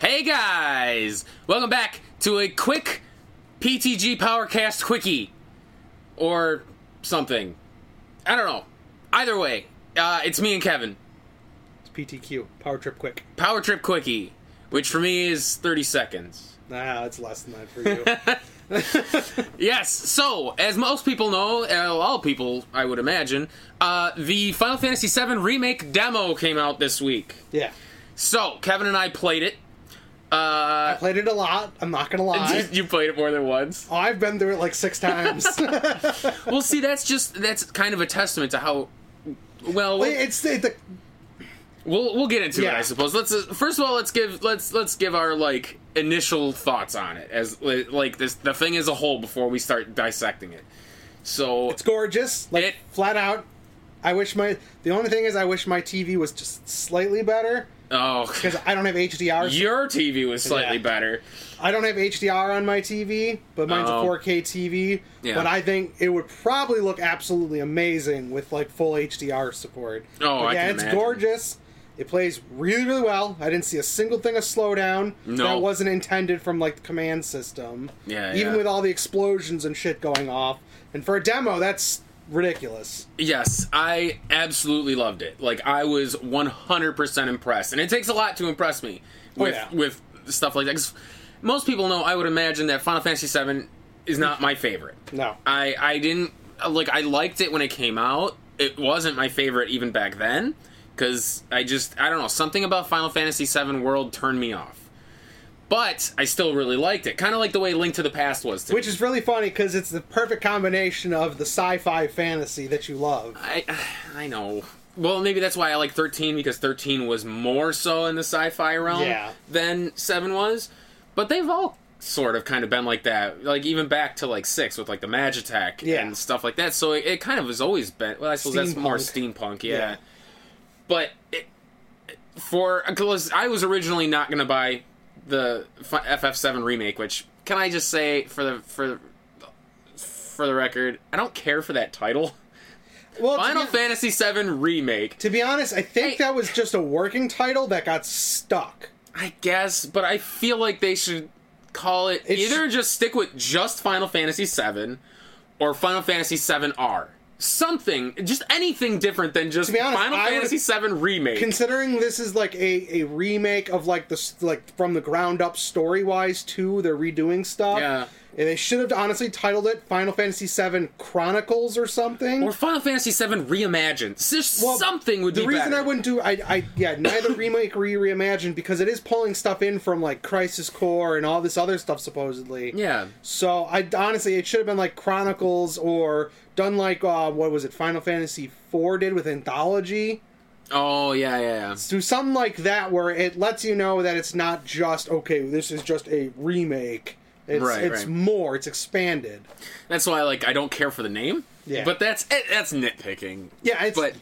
Hey guys! Welcome back to a quick PTG Powercast Quickie. Or something. I don't know. Either way, uh, it's me and Kevin. It's PTQ. Power trip quick. Power Trip Quickie, which for me is 30 seconds. Nah, it's less than that for you. Yes, so, as most people know, uh, all people, I would imagine, uh, the Final Fantasy VII Remake demo came out this week. yeah. So, Kevin and I played it. Uh, I played it a lot. I'm not gonna lie. you played it more than once. Oh, I've been through it like six times. Well, see, that's just that's kind of a testament to how well we'll it's the, the we'll, we'll get into it, I Yeah. suppose. Let's uh, first of all let's give let's let's give our like initial thoughts on it as li- like this the thing as a whole before we start dissecting it. So it's gorgeous. Like It- flat out. I wish my the only thing is I wish my TV was just slightly better oh, because I don't have HDR. your TV was slightly Yeah. better. I don't have HDR on my TV, but mine's Oh. a 4K TV. Yeah. But I think it would probably look absolutely amazing with like full HDR support. Oh, But I yeah, can it's imagine. gorgeous. It plays really, really well. I didn't see a single thing of slowdown No. that wasn't intended from like the command system. Yeah, even yeah. with all the explosions and shit going off. And for a demo, that's ridiculous. Yes, I absolutely loved it. Like I was 100% impressed. And it takes a lot to impress me with Oh, yeah. with stuff like that. 'Cause most people know I would imagine that Final Fantasy 7 is not my favorite. No. I I didn't like I liked it when it came out. It wasn't my favorite even back then cuz I just I don't know, something about Final Fantasy 7 World turned me off. But I still really liked it. Kind of like the way Link to the Past was to me. Which is really funny because it's the perfect combination of the sci-fi fantasy that you love. I I know. Well, maybe that's why I like 13 because 13 was more so in the sci-fi realm Yeah. than 7 was. But they've all sort of kind of been like that. Like even back to like 6 with like the Magitek Yeah. and stuff like that. So it, it kind of has always been well, I suppose that's more Steampunk. steampunk, yeah. Yeah. But it, for because I was originally not going to buy the FF7 remake, which can I just say for the for for the record, I don't care for that title. Well, to Final be- Fantasy VII remake. To be honest, I think I- that was just a working title that got stuck. I guess, but I feel like they should call it It's- either just stick with just Final Fantasy VII or Final Fantasy VII R. Something, just anything different than just be honest, Final I Fantasy VII remake. Considering this is like a, a remake of like the s- like from the ground up story wise too, they're redoing stuff. Yeah. and they should have honestly titled it Final Fantasy VII Chronicles or something. or Final Fantasy VII reimagined. S- Just Well, something would the be reason better. I wouldn't do I, I yeah neither remake or reimagined because it is pulling stuff in from like Crisis Core and all this other stuff supposedly. Yeah. So I honestly, it should have been like Chronicles or done like uh, what was it? Final Fantasy IV did with Anthology. Oh yeah, yeah, yeah. Do something like that where it lets you know that it's not just okay. This is just a remake. It's, Right, it's right. more. It's expanded. That's why, like, I don't care for the name. Yeah. But that's it, that's nitpicking. Yeah, it's- but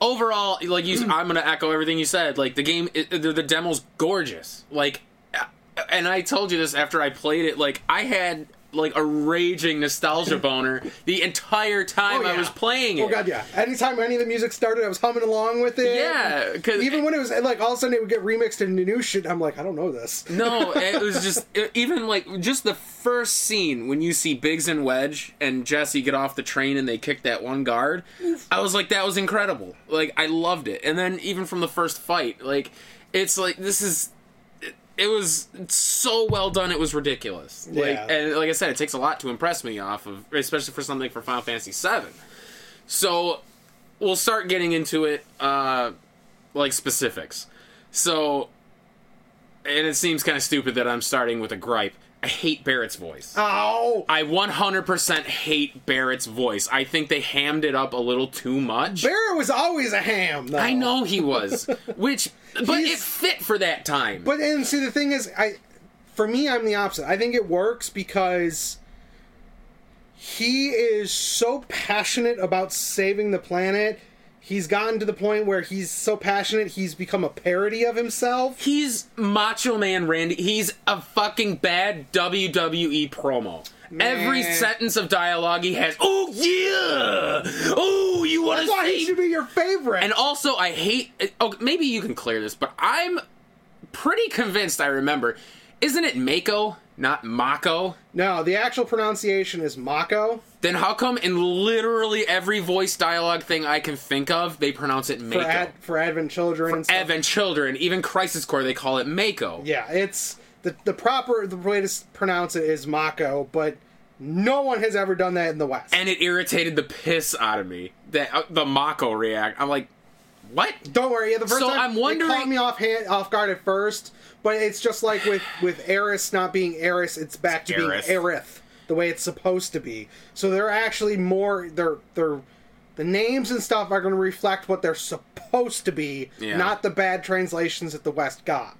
overall, like you, I'm gonna echo everything you said. Like the game, it, the, the demo's gorgeous. Like, uh, and I told you this after I played it. Like I had like a raging nostalgia boner the entire time Oh, I yeah. was playing it. Oh god, yeah. Anytime any of the music started, I was humming along with it. Yeah, 'cause- even when it was like all of a sudden it would get remixed into new shit. I'm like, I don't know this. No, it was just it- even like just the first scene when you see Biggs and Wedge and Jesse get off the train and they kick that one guard. I was like, that was incredible. Like I loved it. And then even from the first fight, like it's like this is it, it was so well done. It was ridiculous. Like Yeah. and like I said, it takes a lot to impress me off of, especially for something for Final Fantasy VII. So we'll start getting into it, uh, like specifics. So and it seems kind of stupid that I'm starting with a gripe. I hate Barrett's voice. Ow! I 100% hate Barrett's voice. I think they hammed it up a little too much. Barrett was always a ham. Though. I know he was, which but it He's- fit for that time. But and see the thing is, I for me I'm the opposite. I think it works because he is so passionate about saving the planet. He's gotten to the point where he's so passionate he's become a parody of himself. he's Macho Man Randy. He's a fucking bad WWE promo. Every Meh. sentence of dialogue he has, "Oh yeah. Oh, you want to That's why he see should be your favorite. And also, I hate. Oh, maybe you can clear this, but I'm pretty convinced I remember. Isn't it Mako, not Mako? No, the actual pronunciation is Mako. Then how come in literally every voice dialogue thing I can think of, they pronounce it Mako? for, ad, for Advent children and stuff. Evan Children, even Crisis Core, they call it Mako. yeah, it's the the proper the way to s- pronounce it is Mako, but no one has ever done that in the West. And it irritated the piss out of me. That uh, the Mako react. I'm like, what? Don't worry. Yeah, the first So time I'm wondering- it caught me off hand, off guard at first, but it's just like with with Eris not being Eris, it's back to Aerith. being Aerith, the way it's supposed to be. So they're actually more they're they're the names and stuff are going to reflect what they're supposed to be, Yeah. not the bad translations that the West got.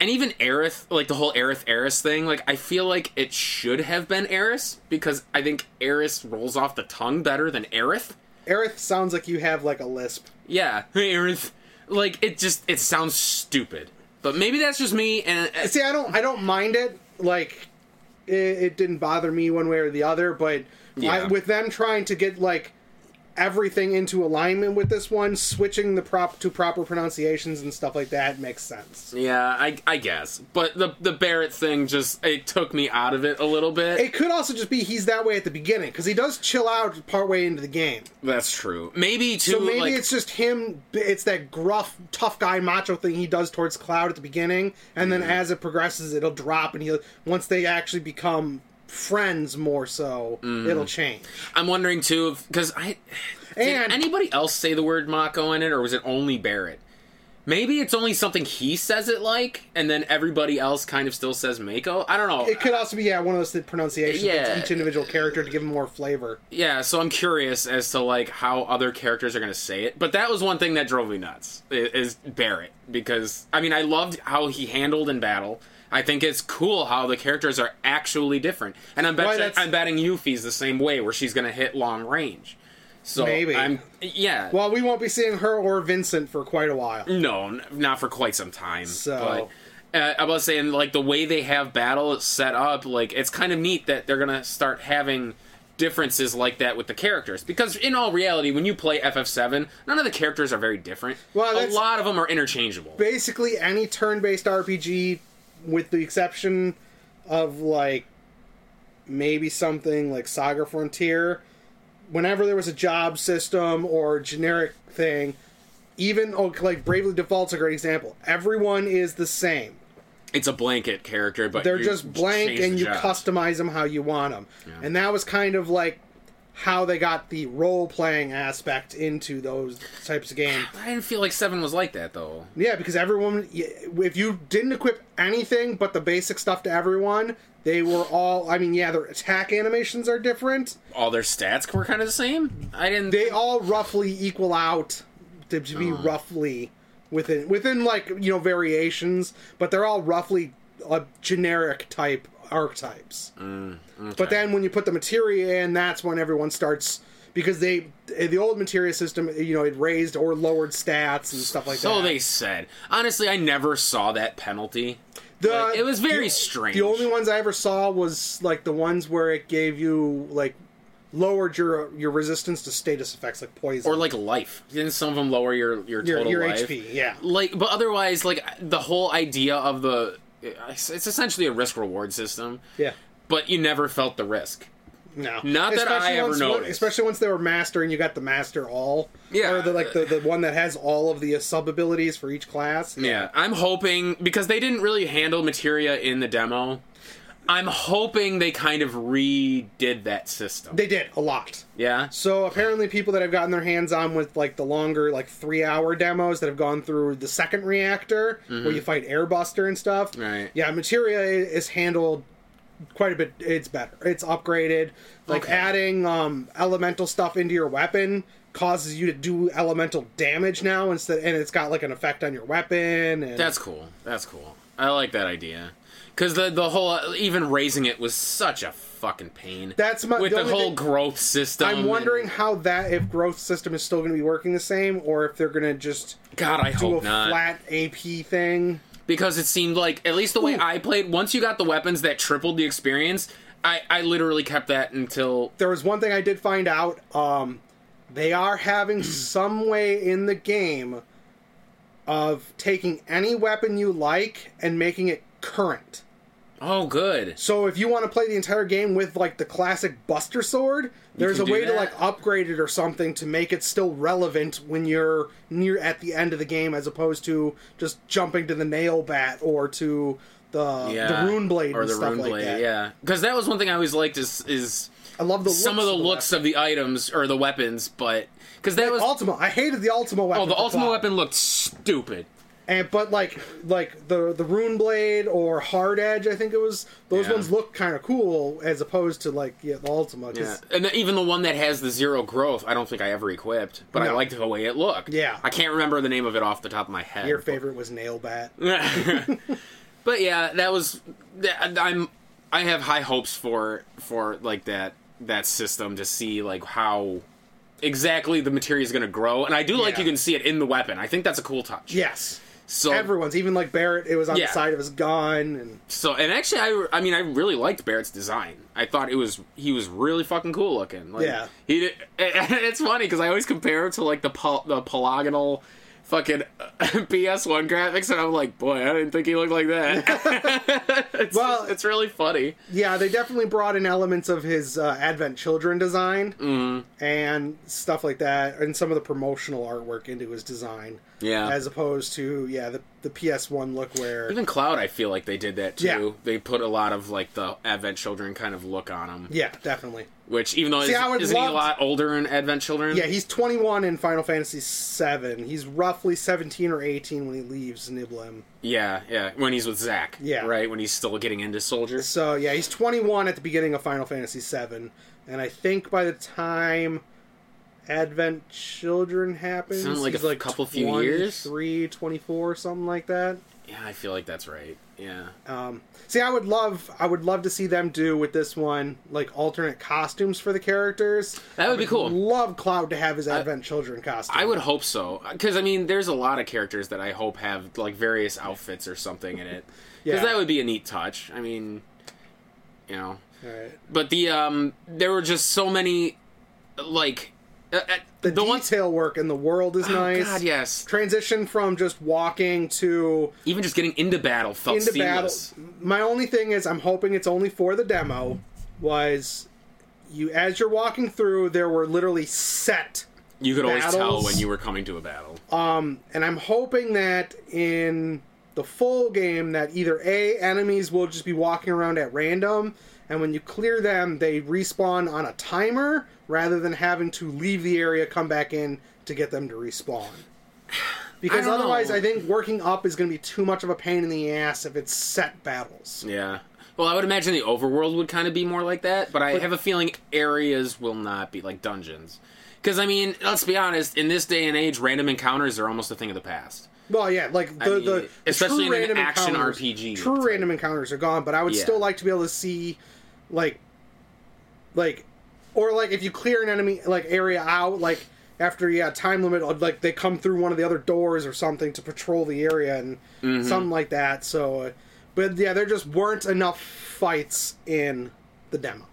And even Aerith, like the whole Aerith Eris thing, like I feel like it should have been Eris because I think Eris rolls off the tongue better than Aerith. Aerith sounds like you have like a lisp. Yeah, Aerith. Like it just it sounds stupid. But maybe that's just me. And uh, See, I don't I don't mind it. Like it, it didn't bother me one way or the other, but I, Yeah. with them trying to get like everything into alignment with this one, switching the prop to proper pronunciations and stuff like that makes sense. yeah, I I guess. But the the Barrett thing just it took me out of it a little bit. It could also just be he's that way at the beginning because he does chill out partway into the game. that's true. Maybe too. So maybe like, it's just him. It's that gruff, tough guy, macho thing he does towards Cloud at the beginning, and Mm-hmm. then as it progresses, it'll drop, and he'll once they actually become friends more so, Mm-hmm. it'll change. I'm wondering too because I did And- anybody else say the word Mako in it, or was it only Barrett? Maybe it's only something he says it like, and then everybody else kind of still says Mako. I don't know. It could also be yeah one of those pronunciations Yeah. to each individual character to give them more flavor. yeah, so I'm curious as to like how other characters are going to say it. But that was one thing that drove me nuts i- is Barrett because I mean I loved how he handled in battle. I think it's cool how the characters are actually different, and I'm Why, betting that's- I'm betting Yuffie's the same way, where she's going to hit long range. So Maybe. I'm yeah. Well, we won't be seeing her or Vincent for quite a while. No, n- not for quite some time. So- but, uh, I was saying, like the way they have battle set up, like it's kind of neat that they're gonna start having differences like that with the characters. Because in all reality, when you play FF Seven, none of the characters are very different. Well, a that's- lot of them are interchangeable. Basically, any turn-based RPG, with the exception of like maybe something like Saga Frontier, whenever there was a job system or generic thing, even oh, like Bravely Default's a great example. Everyone is the same. It's a blanket character, but they're you just blank change the and you job. customize them how you want them and that was kind of like how they got the role playing aspect into those types of games I didn't feel like Seven was like that though. yeah because everyone if you didn't equip anything but the basic stuff to everyone they were all i mean yeah their attack animations are different All their stats were kind of the same. I didn't. they all roughly equal out to, to Uh-huh. be roughly within within like you know variations, but they're all roughly a generic type archetypes. Mm, But then when you put the materia in, that's when everyone starts because they eh, the old materia system you know it raised or lowered stats and stuff like so that. they said. Honestly, I never saw that penalty. The- Like, it was very the- strange. The only ones I ever saw was like the ones where it gave you like lowered your your resistance to status effects like poison or like life. Didn't some of them lower your your your, total your life? HP. Yeah. Like, but otherwise, like the whole idea of the it's it's essentially a risk reward system, Yeah. but you never felt the risk. No. Not that I ever once, noticed. Especially once they were master and you got the master all. Yeah. Or the, like the, the one that has all of the sub abilities for each class. Yeah, I'm hoping because they didn't really handle materia in the demo. I'm hoping they kind of redid that system. They did a lot. yeah, So apparently people that have gotten their hands on with like the longer like 3 hour demos that have gone through the second reactor where you fight Airbuster and stuff. Mm-hmm. Right. Yeah, materia i- is handled quite a bit it's better. It's upgraded. Like Okay. adding um elemental stuff into your weapon causes you to do elemental damage now instead and it's got like an effect on your weapon and that's cool. That's cool. I like that idea because the the whole even raising it was such a fucking pain. That's my- with the the, only whole um, thing- growth system. I'm and- wondering how that if growth system is still going to be working the same, or if they're going to just God, I do a hope not. flat AP thing. because it seemed like at least the Hmm. way I played, once you got the weapons that tripled the experience, I, I literally kept that until There was one thing I did find out. Um, they are having some way in the game of taking any weapon you like and making it current. Oh, good. So if you want to play the entire game with like the classic Buster Sword, there's a can do way to that. like upgrade it or something to make it still relevant when you're near at the end of the game, as opposed to just jumping to the nail bat or to the Yeah. the rune blade or and the stuff rune like blade. that. Yeah, because that was one thing I always liked is is I love the some of looks the of looks of the items or the weapons, but because that was weapon. Ultima. I hated the Ultima weapon. oh the for ultimate Cloud. weapon looked stupid. And but like like the the rune blade or hard edge, I think it was those Yeah. ones look kind of cool as opposed to like yeah, the Ultima. 'cause- Yeah. And then even the one that has the zero growth, I don't think I ever equipped, but I No. liked the way it looked. Yeah. I can't remember the name of it off the top of my head. Your favorite was Nailbat. but yeah, that was that, I'm I have high hopes for for like that that system to see like how exactly the material is going to grow and I do like Yeah. you can see it in the weapon. I think that's a cool touch. Yes. So everyone's even like Barrett it was on Yeah. the side of his gun and so and actually I I mean I really liked Barrett's design. I thought it was he was really fucking cool looking. Like, Yeah. He did, it's funny cuz I always compare him to like the pol- the polygonal fucking PS1 graphics and I'm like, boy, I didn't think he looked like that. it's, Well- it's really funny. yeah they definitely brought in elements of his uh, advent children design Mm-hmm. and stuff like that and some of the promotional artwork into his design Yeah. as opposed to yeah the, the ps1 look where Even Cloud, I feel like they did that too. Yeah. They put a lot of like the Advent Children kind of look on him, yeah definitely which even though See, I is, would isn't he a love- lot older in Advent Children? yeah he's 21 in final fantasy 7 he's roughly 17 or 18 when he leaves niblim yeah, yeah. When he's with Zack, Yeah. right. When he's still getting into Soldier. So yeah, he's 21 at the beginning of Final Fantasy VII, and I think by the time Advent Children happens, Sounds like he's a couple few years. 23, 24, something like that. Yeah, I feel like that's right. Yeah, Um, see, I would love, I would love to see them do with this one like alternate costumes for the characters. that would be cool. Love Cloud to have his Advent Children costume. I would hope so, because I mean, there's a lot of characters that I hope have like various outfits or something in it, because Yeah. that would be a neat touch. I mean, you know, Alright. but the um, there were just so many, like, uh, uh, The, the ones. detail work in the world is nice. God, yes. Transition from just walking to Even just getting into battle felt into seamless. battle. My only thing is, I'm hoping it's only for the demo. Was you as you're walking through, there were literally set, You could always tell Battles. when you were coming to a battle. and I'm hoping that in the full game, that either a enemies will just be walking around at random, and when you clear them, they respawn on a timer rather than having to leave the area, come back in to get them to respawn. Because don't otherwise, know. I think working up is going to be too much of a pain in the ass if it's set battles. Yeah. Well, I would imagine the overworld would kind of be more like that, but I have a feeling areas will not be like dungeons. Because I mean, let's be honest. In this day and age, random encounters are almost a thing of the past. Well, yeah, like the, mean, the especially true in an random action encounters- RPG True type. random encounters are gone, but I would Yeah. still like to be able to see, like, like, or like if you clear an enemy like area out, like after yeah time limit, or, like they come through one of the other doors or something to patrol the area and Mm-hmm. something like that. So, uh, but yeah, there just weren't enough fights in the demo.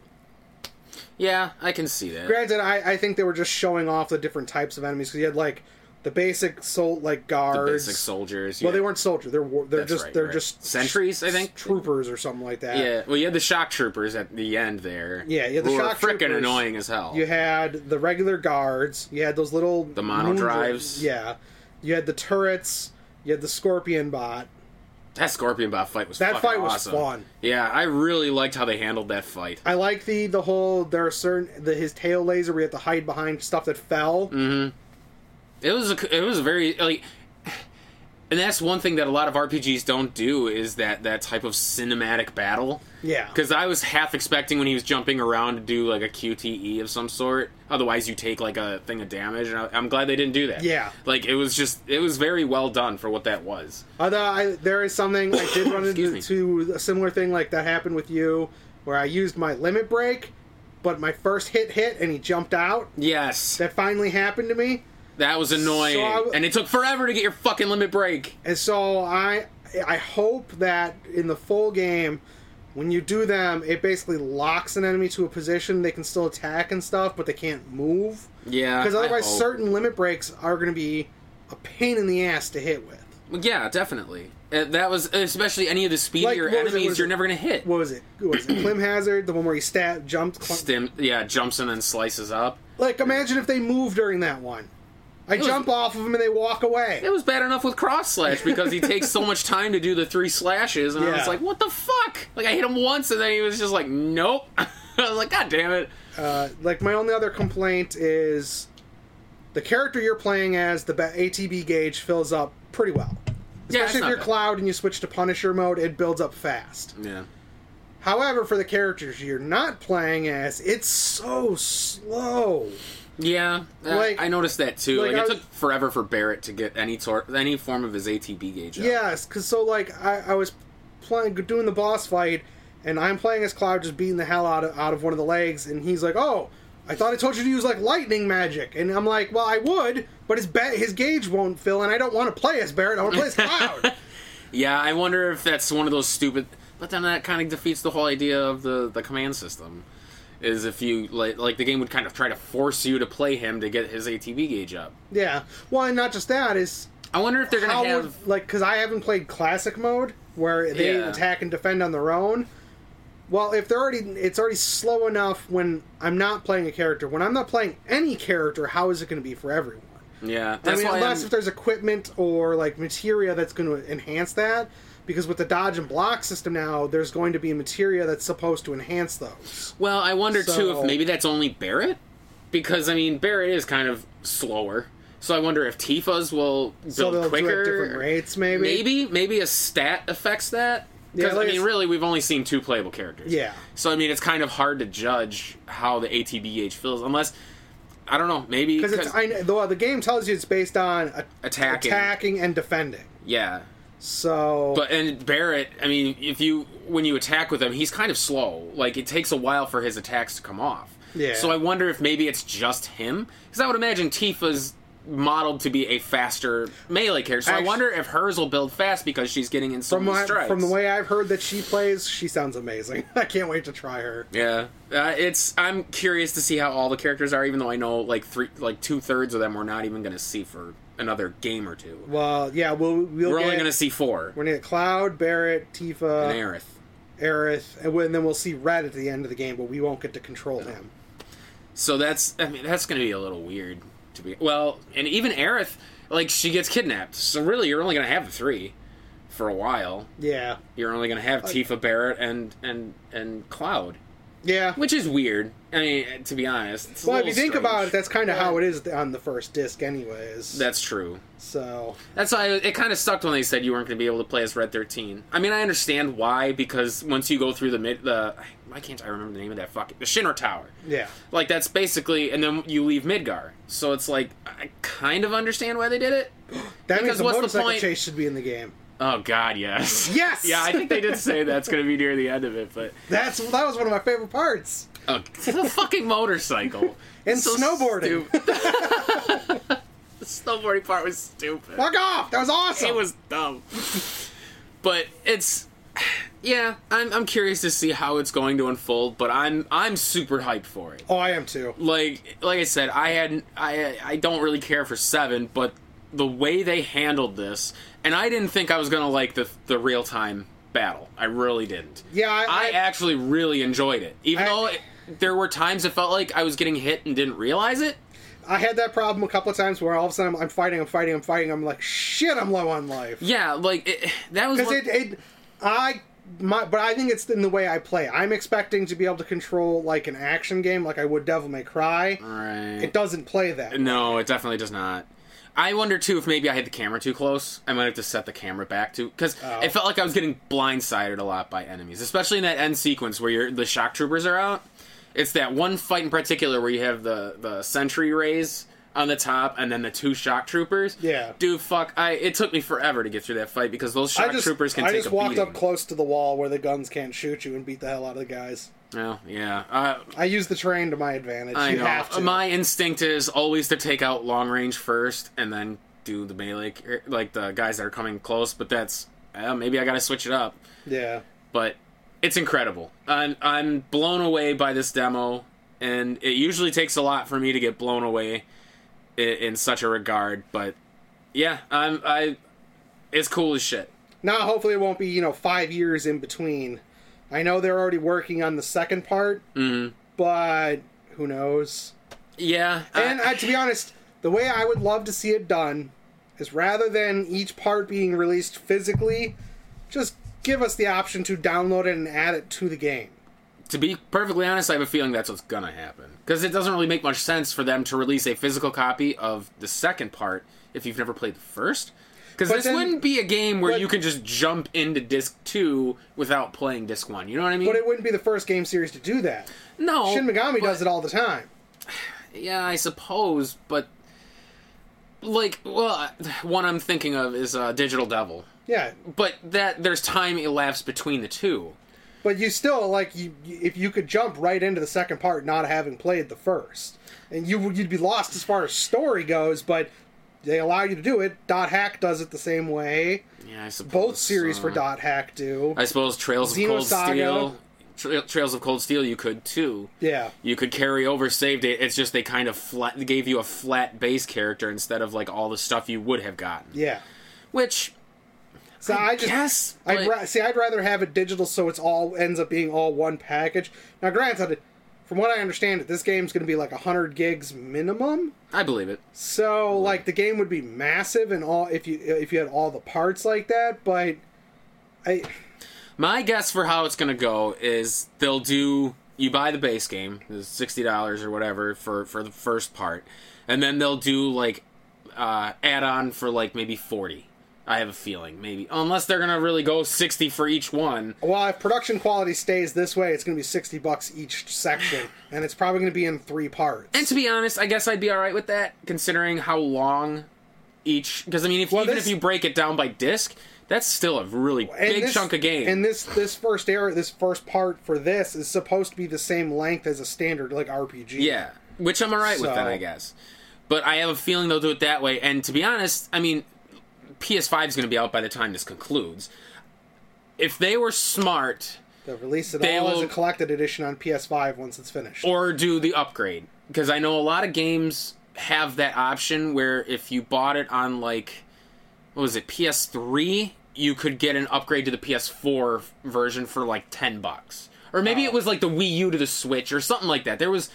Yeah, I can see that. Granted, I, I think they were just showing off the different types of enemies because you had like the basic soul like guards, Basic soldiers. well, yeah. they weren't soldiers. They're war- they're That's just right, they're right. just Sentries, I think? troopers or something like that. Yeah. Well, you had the shock troopers at the end there. Yeah, yeah, the who were shock frickin' troopers. annoying as hell. You had the regular guards. You had those little the mono drives. Yeah, you had the turrets. You had the scorpion bot. that scorpion bot fight was That fucking fight was awesome. fun. Yeah, I really liked how they handled that fight. I like the the whole there are certain the his tail laser. We had to hide behind stuff that fell. Mm-hmm. it was a, it was a very like and that's one thing that a lot of RPGs don't do is that that type of cinematic battle. Yeah, Because I was half expecting when he was jumping around to do like a QTE of some sort. Otherwise, you take like a thing of damage, and I, I'm glad they didn't do that. Yeah. like it was just it was very well done for what that was. Although I, there is something I did run Excuse into me. to a similar thing like that happened with you, where I used my limit break, but my first hit hit and he jumped out. Yes, That finally happened to me. that was annoying, So I w- and it took forever to get your fucking limit break. And so I I hope that in the full game, when you do them, it basically locks an enemy to a position. They can still attack and stuff, but they can't move. Yeah, Because I otherwise, hope. certain limit breaks are going to be a pain in the ass to hit with. Yeah, definitely. Uh, That was especially any of the Like, speedier what was it, what enemies was you're it? never gonna hit. What was it? What was it? Clem Hazard, the one where he stat jumped. Clem- Stim, yeah, jumps in and slices up. like imagine if they move during that one. I was- jump off of them and they walk away. It was bad enough with cross slash because he takes so much time to do the three slashes, and I Yeah. was like, "What the fuck?" Like I hit him once, and then he was just like, "Nope." I was like, "God damn it!" Uh, like my only other complaint is the character you're playing as the ba- ATB gauge fills up pretty well. Yeah, it's Especially if not you're bad. Cloud and you switch to Punisher mode, it builds up fast. Yeah, However, for the characters you're not playing as, it's so slow. yeah. uh, Like- I noticed that too. like, Like, I it was- took forever for Barrett to get any sort, any form of his ATB gauge. Up. Yes, because so like I, I was playing doing the boss fight, and I'm playing as Cloud, just beating the hell out of out of one of the legs, and he's like, "Oh, I thought I told you to use like lightning magic," and I'm like, "Well, I would, but his ba- his gauge won't fill, and I don't want to play as Barrett. I want to play as Cloud." Yeah, I wonder if that's one of those stupid. But then that kind of defeats the whole idea of the the command system. Is if you like, like the game would kind of try to force you to play him to get his ATB gauge up. yeah. Well, and not just that is I wonder if they're gonna how have. would, like because I haven't played classic mode where they Yeah. attack and defend on their own. Well, if they're already it's already slow enough when I'm not playing a character. When I'm not playing any character, how is it going to be for everyone? Yeah, that's I mean, why. unless I'm- if there's equipment or like materia that's going to enhance that, because with the dodge and block system now, there's going to be materia that's supposed to enhance those. Well, I wonder too So- if maybe that's only Barrett, because I mean Barrett is kind of slower. So I wonder if Tifa's will build So they'll do it quicker. at different rates, maybe. Maybe maybe a stat affects that. Yeah, Because like I mean, it's- really, we've only seen two playable characters. Yeah. So I mean, it's kind of hard to judge how the ATBH feels, unless I don't know. Maybe Because it's I know, though the game tells you it's based on a- Attacking. attacking and defending. yeah. So But and Barrett, I mean, if you when you attack with him, he's kind of slow. Like it takes a while for his attacks to come off. Yeah. So I wonder if maybe it's just him, because I would imagine Tifa's modeled to be a faster melee character. So Actu- I wonder if hers will build fast because she's getting in so from many my, strikes. from the way I've heard that she plays, she sounds amazing. I can't wait to try her. Yeah, uh, it's. I'm curious to see how all the characters are, even though I know like three, like two thirds of them we're not even going to see for another game or two. Well, yeah, we'll we'll We're get, only going to see four. we're gonna get Cloud, Barrett, Tifa, And Aerith. Aerith, and when- then we'll see Red at the end of the game, but we won't get to control him. So that's I mean that's going to be a little weird to be well, and even Aerith like she gets kidnapped. So really you're only going to have the three for a while. Yeah, You're only going to have Tifa Barrett and and and Cloud, yeah. which is weird. I mean to be honest. It's a well, if little you think strange. about it, that's kind of how it is on the first disc, anyways. that's true. so That's why it kind of sucked when they said you weren't going to be able to play as Red 13. I mean, I understand why because once you go through the mid the why can't I remember the name of that fucking the Shinra Tower. yeah, Like that's basically, and then you leave Midgar. So it's like I kind of understand why they did it. that Because means the what's the motorcycle point- chase should be in the game. Oh God, yes, Yes! yeah. I think they did say that's going to be near the end of it, but That's that was one of my favorite parts. oh, the fucking motorcycle And snowboarding. stupid. the snowboarding part was stupid. Fuck off! That was awesome. It was dumb. but it's yeah. I'm I'm curious to see how it's going to unfold, but I'm I'm super hyped for it. Oh, I am too. like like I said, I had I I don't really care for seven, but the way they handled this, and I didn't think I was gonna like the the real time battle. I really didn't. Yeah, I- I, I- actually really enjoyed it, even I- though it, there were times it felt like I was getting hit and didn't realize it. I had that problem a couple of times where all of a sudden I'm, I'm fighting, I'm fighting, I'm fighting. I'm like, shit, I'm low on life. Yeah, like it, that was Because one- it, it, I, my, but I think it's in the way I play. I'm expecting to be able to control like an action game, like I would Devil May Cry. right. It doesn't play that. No, it definitely does not. I wonder too if maybe I had the camera too close. I might have to set the camera back to because Oh. it felt like I was getting blindsided a lot by enemies, especially in that end sequence where you're, the shock troopers are out. It's that one fight in particular where you have the the sentry rays on the top and then the two shock troopers. Yeah. dude, fuck! I it took me forever to get through that fight because those I shock just, troopers can I take just a walked beating. up close to the wall where the guns can't shoot you and beat the hell out of the guys. oh, yeah, uh, I use the terrain to my advantage. I you know. have to. My instinct is always to take out long range first and then do the melee, er, like the guys that are coming close. But that's uh, maybe I got to switch it up. yeah. But it's incredible. I'm I'm blown away by this demo, and it usually takes a lot for me to get blown away in, in such a regard. But yeah, I'm I It's cool as shit. Now, hopefully, it won't be you know five years in between. I know they're already working on the second part, Mm-hmm. but who knows? Yeah. I- And uh, to be honest, the way I would love to see it done is rather than each part being released physically, just give us the option to download it and add it to the game. to be perfectly honest, I have a feeling that's what's gonna happen because it doesn't really make much sense for them to release a physical copy of the second part if you've never played the first. Because But this then- wouldn't be a game where but- you can just jump into disc two without playing disc one. You know what I mean? But it wouldn't be the first game series to do that. no. Shin Megami but- does it all the time. Yeah, I suppose, but like, well, I- one I'm thinking of is uh, Digital Devil, Yeah, but that there's time elapsed between the two. but you still like you, you- if you could jump right into the second part not having played the first, and you would- you'd be lost as far as story goes. But they allow you to do it. Dot Hack does it the same way. Yeah, I suppose Both series for uh, Dot Hack do. I suppose Trails of Cold Xenosaga. Steel, Tra- Trails of Cold Steel, you could too. Yeah. You could carry over save date. It's just they kind of flat gave you a flat base character instead of like all the stuff you would have gotten. Yeah. Which So I, just guess, I'd but- ra- see. I'd rather have it digital, so it's all ends up being all one package. Now, granted, from what I understand, it this game's going to be like hundred gigs minimum. I believe it. Mm-hmm. So, like, the game would be massive and all if you if you had all the parts like that. But I, My guess for how it's gonna go is they'll do you buy the base game, it's sixty dollars or whatever for for the first part, and then they'll do like uh, add on for like maybe forty. I have a feeling maybe unless they're gonna really go sixty for each one. well, if production quality stays this way, it's going to be sixty bucks each section, and it's probably going to be in three parts. And to be honest, I guess I'd be all right with that, considering how long each. Because I mean, if, even this- if you break it down by disc, that's still a really And big this- chunk of game. And this this first era, this first part for this is supposed to be the same length as a standard like RPG. yeah, which I'm all right with then, So- I guess. But I have a feeling they'll do it that way. And to be honest, I mean, PS5 is going to be out by the time this concludes. If they were smart, They'll release it They all as will- a collected edition on PS5 once it's finished. or do the upgrade because I know a lot of games have that option where if you bought it on like what was it PS3, you could get an upgrade to the PS4 version for like 10 bucks. Or maybe Oh. it was like the Wii U to the Switch or something like that. There was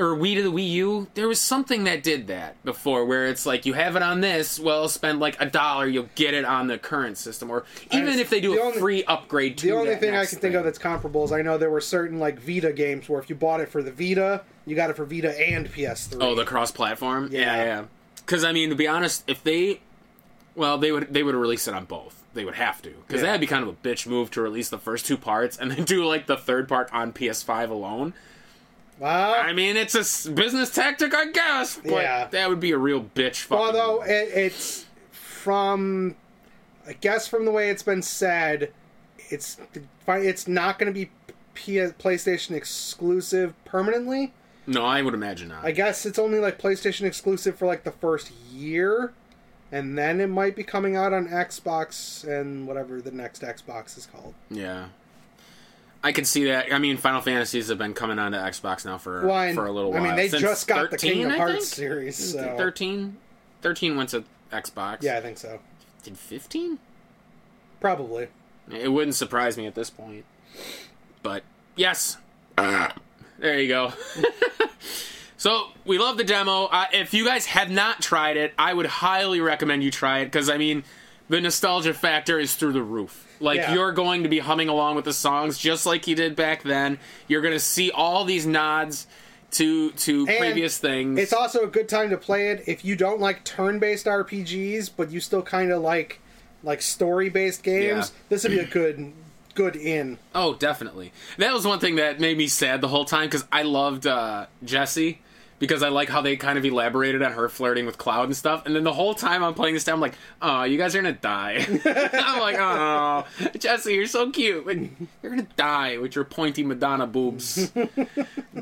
or Wii to the Wii U, there was something that did that before where it's like you have it on this, well spend like a dollar, you'll get it on the current system or even just- if they do the a only- free upgrade to the only that thing I next can think of that's comparable is I know there were certain like Vita games where if you bought it for the Vita, you got it for Vita and PS3. Oh, the cross-platform. Yeah, Yeah. yeah. Because I mean, to be honest, if they, well, they would they would release it on both. They would have to because Yeah. that'd be kind of a bitch move to release the first two parts and then do like the third part on PS5 alone. Well, I mean, it's a s- business tactic, I guess, but Yeah. that would be a real bitch. Fucking although it, it's from, I guess from the way it's been said, it's it's not going to be PS, PlayStation exclusive permanently. no, I would imagine not. I guess it's only like PlayStation exclusive for like the first year, and then it might be coming out on Xbox and whatever the next Xbox is called. yeah. I can see that. I mean, Final Fantasies have been coming onto Xbox now for Well, and- for a little I while. mean, they Since just got the 13, Kingdom I Hearts think? series, so 13? 13 went to Xbox. yeah, I think so. Did 15? Probably. It wouldn't surprise me at this point. But yes, there you go. so we love the demo. Uh, if you guys have not tried it, I would highly recommend you try it because I mean, the nostalgia factor is through the roof. Like Yeah. you're going to be humming along with the songs just like you did back then. You're going to see all these nods to to previous things. It's also a good time to play it if you don't like turn-based RPGs, but you still kind of like like story-based games. Yeah. This would be a good good in. Oh, definitely. That was one thing that made me sad the whole time because I loved uh, Jesse because I like how they kind of elaborated on her flirting with Cloud and stuff. And then the whole time I'm playing this down, I'm like, oh, you guys are gonna die. I'm like, oh, Jesse, you're so cute, but you're gonna die with your pointy Madonna boobs.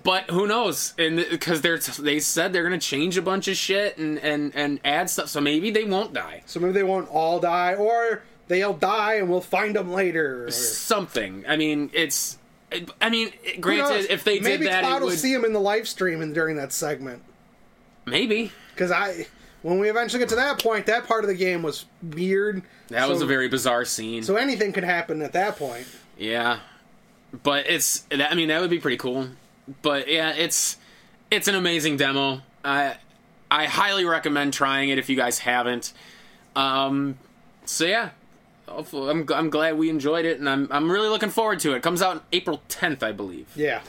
but who knows? And because they're they said they're gonna change a bunch of shit and and and add stuff, so maybe they won't die. So maybe they won't all die, or they'll die and we'll find them later. or- Something. I mean, it's. I mean, Who knows? granted, if they maybe did that, Cloud it will would see him in the live stream and during that segment Maybe. because I when we eventually get to that point, that part of the game was weird. That was So- a very bizarre scene. so anything could happen at that point. yeah, but it's. I mean, that would be pretty cool. But yeah, it's it's an amazing demo. I I highly recommend trying it if you guys haven't. Um, so yeah, hopefully, I'm I'm glad we enjoyed it, and I'm I'm really looking forward to it. it comes out April 10th, I believe. Yeah.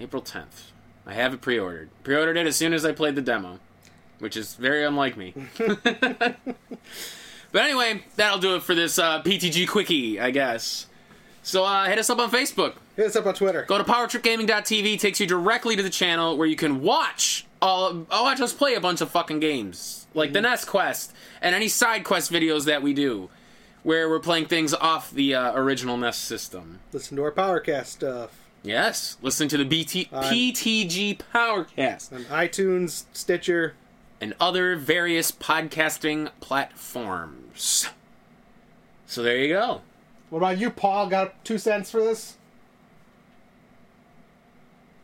April 10th. I have it pre ordered. Pre ordered it as soon as I played the demo, which is very unlike me. but anyway, that'll do it for this uh, PTG Quickie, I guess. So uh, hit us up on Facebook. Hit us up on Twitter. Go to powertripgaming.tv, takes you directly to the channel where you can watch all uh, watch us play a bunch of fucking games. Like the NES Quest and any side quest videos that we do where we're playing things off the uh, original NES system. Listen to our Powercast stuff Yes, listen to the BT- PTG Powercast. on iTunes, Stitcher. and other various podcasting platforms. So there you go. What about you, Paul? Got two cents for this?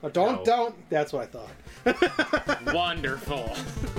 Oh, don't, No. don't. That's what I thought. Wonderful.